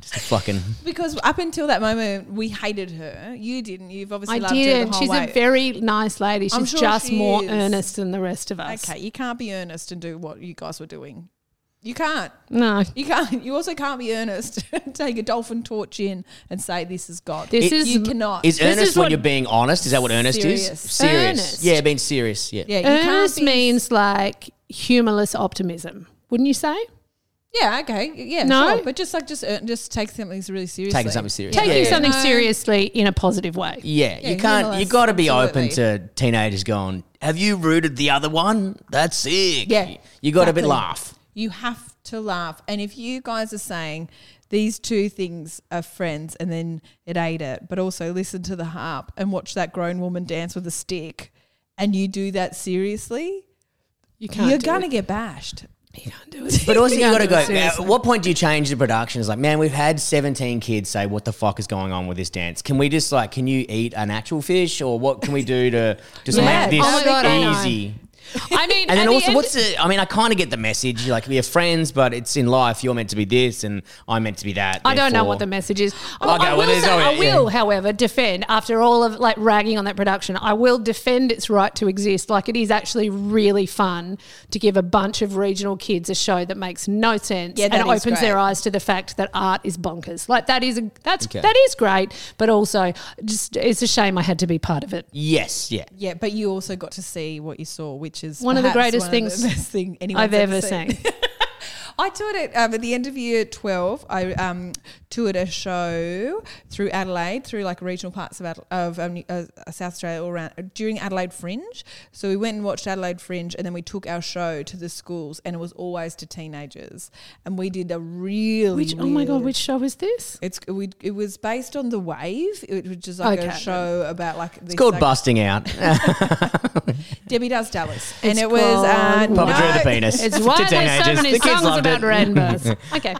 Just a fucking. Because up until that moment, we hated her. You didn't. You've obviously I loved her the didn't. whole She's way. a very nice lady. I'm She's sure just she more is. earnest than the rest of us. okay. You can't be earnest and do what you guys were doing. You can't. No. You can't. [laughs] You also can't be earnest. [laughs] Take a dolphin torch in and say this is God. This This is- is you cannot. Is This earnest is when what- you're being honest? Is that what earnest Serious. is? Serious. Earnest. Yeah, being serious. Yeah. yeah, you Earnest can't be, means like humorless optimism, wouldn't you say? Yeah. Okay. Yeah. No? Sure, but just like just earn- just take something really seriously. Taking something serious. Taking yeah. something No. seriously in a positive way. Yeah, Yeah, you can't. You humorless, got to be open absolutely. to teenagers going. Have you rooted the other one? That's sick. Yeah, you got to be exactly. laugh. You have to laugh. And if you guys are saying these two things are friends and then it ate it, but also listen to the harp and watch that grown woman dance with a stick and you do that seriously, You can't. you're do going to it. get bashed. [laughs] You can't do it. But also, you got to can't go. do it At seriously. what point do you change the production? It's like, man, we've had seventeen kids say, "What the fuck is going on with this dance? Can we just like, can you eat an actual fish, or what can we do to just Yeah. make this Oh my God, I know. easy?" I mean, And then at the also, end- what's the? I mean, I kind of get the message. Like, we're friends, but it's in life. You're meant to be this, and I'm meant to be that. I don't know therefore- what the message is. I, Okay, I will, well, there's say- no- I yeah. will however, defend after all of like ragging on that production. I will defend its right to exist. Like it is actually really fun to give a bunch of regional kids a show that makes no sense Yeah, and that is opens their great. eyes to the fact that art is bonkers. Like that is a, that's Okay. that is great, but also just it's a shame I had to be part of it. Yes. Yeah. Yeah, but you also got to see what you saw, which is One of the perhaps greatest one of things the [laughs] best thing anyone's I've ever seen. seen. [laughs] I toured it um, at the end of year 12. I um, toured a show through Adelaide, through like regional parts of, Adela- of um, uh, South Australia, all around during Adelaide Fringe. So we went and watched Adelaide Fringe, and then we took our show to the schools, and it was always to teenagers. And we did a really Which oh my god, weird- which show is this? it's we, it was based on the wave, it was just like Okay. a show about like It's this, called like, busting [laughs] out. Debbie Does Dallas, It's and it was uh, called- Papa Drew no- the penis. [laughs] It's why To there's so teenagers. many The kids songs loved about it. [laughs] rainbows. okay.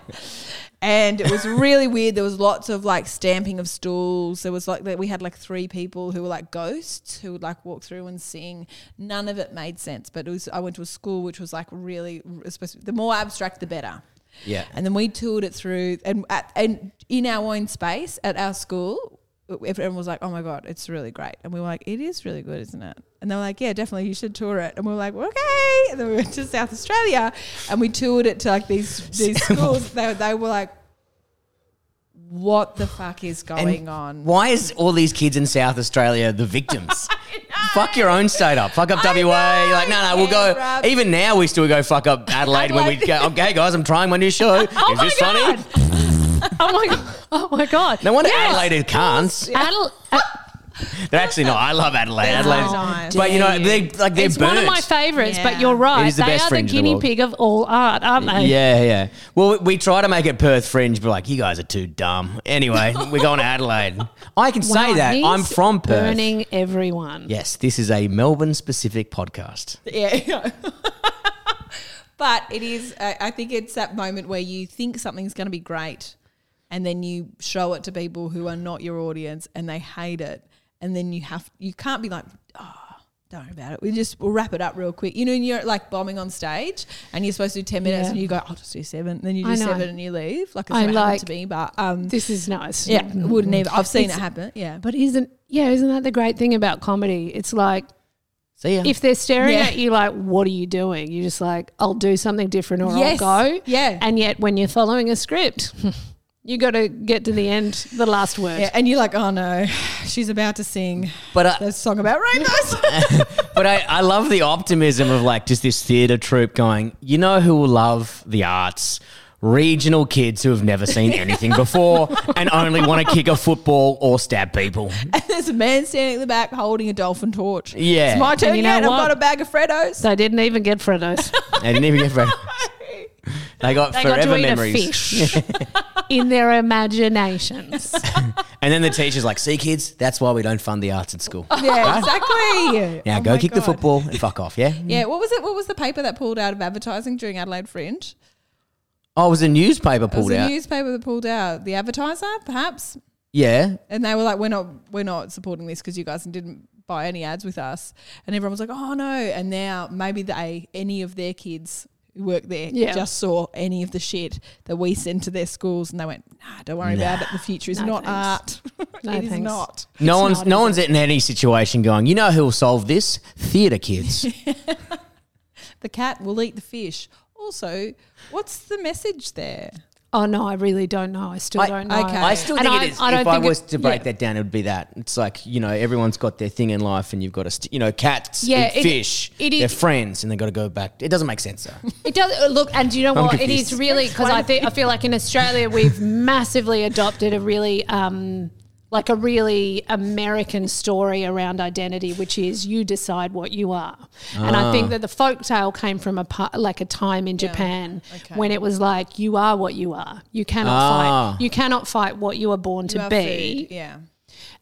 and it was really weird. There was lots of like stamping of stools. There was like that we had like three people who were like ghosts who would like walk through and sing. None of it made sense. But it was I went to a school which was like really it's supposed to- the more abstract the better. Yeah. And then we toured it through and at, and in our own space at our school. Everyone was like, "Oh my god, it's really great," and we were like, "It is really good, isn't it?" And they were like, "Yeah, definitely, you should tour it." And we were like, "Okay." And then we went to South Australia, and we toured it to like these [laughs] these schools. They they were like, "What the fuck is going on?" Why is all these kids in South Australia the [laughs] victims? fuck your own state up. Fuck up WA. know. Like, no, no, we'll go. Yeah, bruv. Even now, we still go fuck up Adelaide when we Adelaide. go. Okay, guys, I'm trying my new show. [laughs] is my this funny? God. Oh my god. Oh my god. No wonder Adelaide can't. Adel- uh, They're actually not. I love Adelaide. Adelaide's, nice. but you know, they like they're it's burnt. one of my favorites, Yeah. but you're right. It is the they best are the fringe in the guinea world. pig of all art, aren't they? Yeah, yeah. Well, we, we try to make it Perth Fringe, but like, you guys are too dumb. [laughs] Anyway, we're going to Adelaide. I can Wow, say that. he's I'm from Perth. Burning everyone. Yes, this is a Melbourne specific podcast. Yeah. [laughs] but it is, I I think it's that moment where you think something's going to be great. and then you show it to people who are not your audience and they hate it and then you have you can't be like oh don't worry about it we just we'll wrap it up real quick you know and you're like bombing on stage and you're supposed to do 10 minutes Yeah. and you go i'll just do seven and then you I do know. seven and you leave like it's I not happened like- to me but um This is nice. yeah wouldn't either i've seen it It's- happen yeah But isn't yeah, isn't that the great thing about comedy? It's like See ya. if they're staring Yeah. at you like, what are you doing? You're just like, I'll do something different or Yes. I'll go. Yeah. And yet when you're following a [laughs] script, you gotta get to the end, the last word. yeah, and you're like, oh no, [sighs] she's about to sing but I, a song about rainbows. [laughs] [laughs] but I, I love the optimism of like just this theatre troupe going, you know who will love the arts? Regional kids who have never seen anything [laughs] before and only want to kick a football or stab people. There's a man standing at the back holding a dolphin torch. Yeah. It's my And turn you know yet. I've what? got a bag of Freddos. They didn't even [laughs] get Freddos. They didn't even get very- They got They got forever to eat memories. [laughs] a fish in their imaginations. And then the teacher's like, see, kids, that's why we don't fund the arts at school. [laughs] Yeah, exactly. Now Oh go my kick the God. football and fuck off, yeah? Yeah, what was it? What was the paper that pulled out of advertising during Adelaide Fringe? Oh, it was a newspaper It was pulled a out. newspaper that pulled out the advertiser, perhaps, yeah. and they were like, "We're not, we're not supporting this because you guys didn't buy any ads with us." And everyone was like, "Oh no!" And now maybe they, any of their kids who work there, Yeah. just saw any of the shit that we send to their schools, and they went, "Nah, don't worry about it. The future is No not thanks. art. [laughs] No it is thanks. not." No It's one's not, no is one's in any situation going, you know who'll solve this? Theatre [laughs] kids. The cat will eat the fish. Also, what's the message there? [laughs] Oh no, I really don't know. I still don't know. okay. I still And think I- it is. I don't if I think it- was to break yeah. that down, it would be that. It's like you know, everyone's got their thing in life, and you've got to, st- you know, cats, Yeah, eat it- fish, it is- they're friends, and they got to go back. It doesn't make sense [laughs] though. It does uh, look, and do you know I'm what? It confused. is really because I think I feel like in [laughs] Australia we've massively adopted a really, um, like a really American story around identity, which is you decide what you are, and I Ah. think that the folktale came from a pa- like a time in Japan when it was like you are what you are. You cannot Ah. fight. You cannot fight what you are born to Our be. food, Yeah.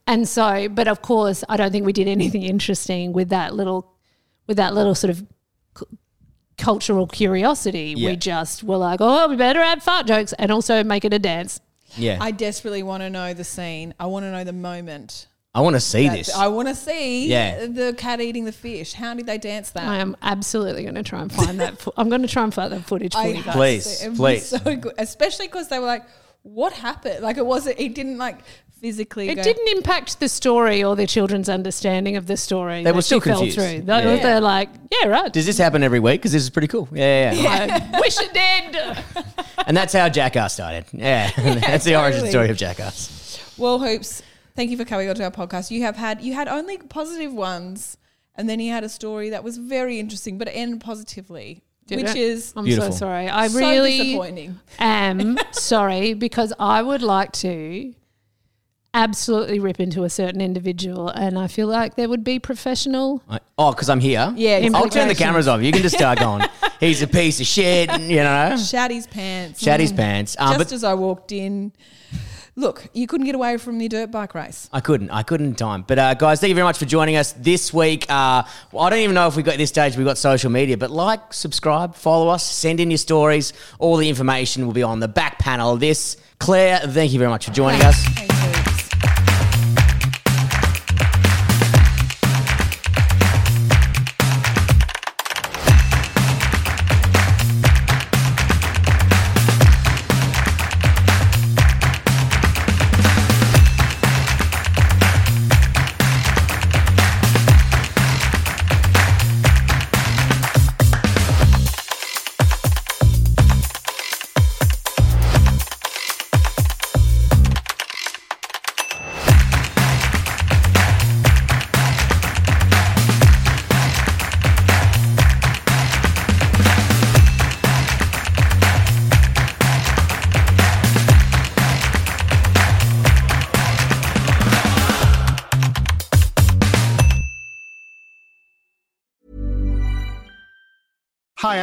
And so, but of course, I don't think we did anything interesting with that little, with that little sort of cu- cultural curiosity. Yeah. We just were like, oh, we better add fart jokes and also make it a dance. Yeah, I I, desperately want to know the scene. I want to know the moment. want to see That- this. I want to see Yeah. the cat eating the fish. How did they dance that? I am absolutely going to try and find that. Fo- I'm going to try and find that footage for I you. have guys. Please, to- it was please. So good, especially because they were like, "What happened?" Like it wasn't. It didn't like physically. It go- didn't impact the story or the children's understanding of the story. They were that still she fell confused. Through. They, Yeah. They're like, yeah, right. Does this happen every week? Because this is pretty cool. Yeah, yeah, [laughs] yeah. I wish it did. and that's how Jackass started. Yeah, [laughs] that's the origin totally. story of Jackass. Well, hoops. Thank you for coming onto our podcast. You have had you had only positive ones, and then you had a story that was very interesting, but it ended positively, Did which it? is I'm Beautiful. so sorry. I So really disappointing. am Um, sorry because I would like to absolutely rip into a certain individual, and I feel like there would be professional. I- Oh, because I'm here. Yeah, I'll turn the implications. cameras off. You can just start [laughs] going. He's a piece of shit. and, You know, shat his pants. shat his pants. Um, Just but as I walked in, look, you couldn't get away from the dirt bike race. I couldn't. I couldn't in time. But uh, guys, thank you very much for joining us this week. Uh, well, I don't even know if we got at this stage. We got social media, but like, subscribe, follow us, send in your stories. All the information will be on the back panel of this. Claire, thank you very much for joining us. Hi,